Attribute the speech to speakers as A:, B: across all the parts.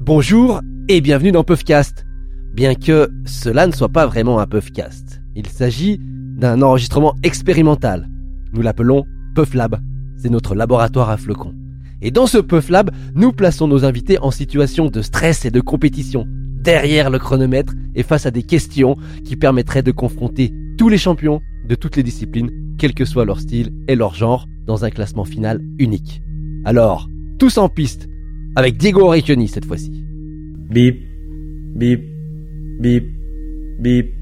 A: Bonjour et bienvenue dans Puffcast. Bien que cela ne soit pas vraiment un Puffcast, il s'agit d'un enregistrement expérimental. Nous l'appelons Pufflab. C'est notre laboratoire à flocons. Et dans ce Pufflab, nous plaçons nos invités en situation de stress et de compétition, derrière le chronomètre et face à des questions qui permettraient de confronter tous les champions de toutes les disciplines, quel que soit leur style et leur genre, dans un classement final unique. Alors, tous en piste, avec Diego Orecchioni cette fois-ci.
B: Bip, bip, bip, bip.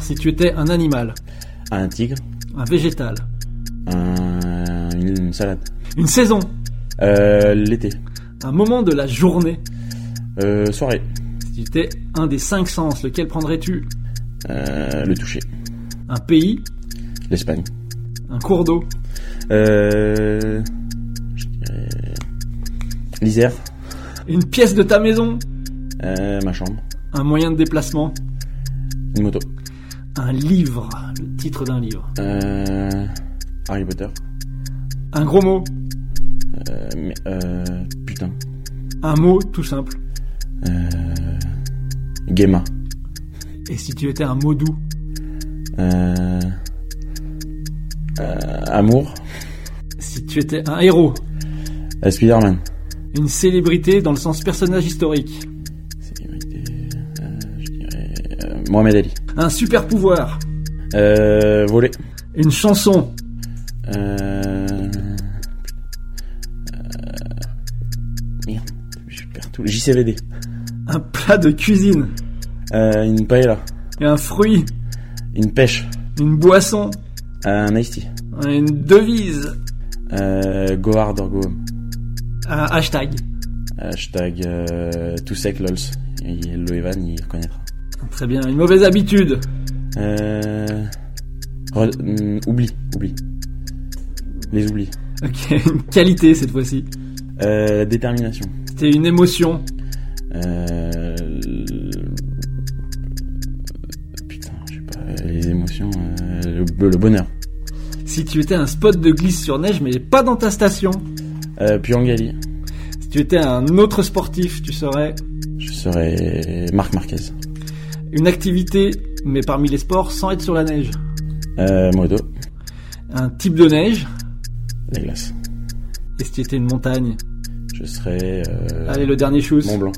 C: Si tu étais un animal,
B: Un tigre,
C: un végétal,
B: un- une salade.
C: une saison,
B: Euh, l'été,
C: un moment de la journée,
B: euh, soirée,
C: si tu étais un des cinq sens, lequel prendrais-tu
B: euh, le toucher,
C: Un pays,
B: l'Espagne.
C: un cours d'eau,
B: Euh, je dirais l'Isère,
C: une pièce de ta maison,
B: euh, ma chambre,
C: un moyen de déplacement,
B: une moto,
C: un livre, le titre d'un livre,
B: euh, Harry Potter,
C: un gros mot,
B: euh, mais, euh, putain,
C: un mot tout simple.
B: euh, Guéma,
C: Et si tu étais un mot doux,
B: euh, euh, amour,
C: si tu étais un héros,
B: euh, Spider-Man.
C: une célébrité dans le sens personnage historique,
B: Célébrité, euh, je dirais, euh, Mohamed Ali.
C: un super pouvoir,
B: Euh, voler.
C: une chanson,
B: Euh... Merde, je perds tout. JCVD.
C: un plat de cuisine,
B: Euh, une paella.
C: et un fruit,
B: Une pêche.
C: une boisson,
B: Un iced tea.
C: une devise,
B: Euh, go hard or go home.
C: un hashtag,
B: Hashtag euh, tout sec lols. Et Loevan, il reconnaîtra.
C: Très bien, une mauvaise habitude.
B: Euh... re- hum, oublie, oublie. Les oublis.
C: Ok, une qualité cette fois-ci.
B: Euh, détermination.
C: C'était une émotion.
B: Euh... le- Putain, je sais pas. Les émotions. euh, le- le bonheur.
C: Si tu étais un spot de glisse sur neige, mais pas dans ta station.
B: Euh, puis en Gali,
C: Si tu étais un autre sportif, tu serais
B: je serai Marc Marquez.
C: une activité, mais parmi les sports, sans être sur la neige.
B: Euh, moto,
C: Un type de neige.
B: la glace.
C: Et si tu étais une montagne.
B: Je serai euh,
C: Allez, le dernier chose.
B: Mont Blanc.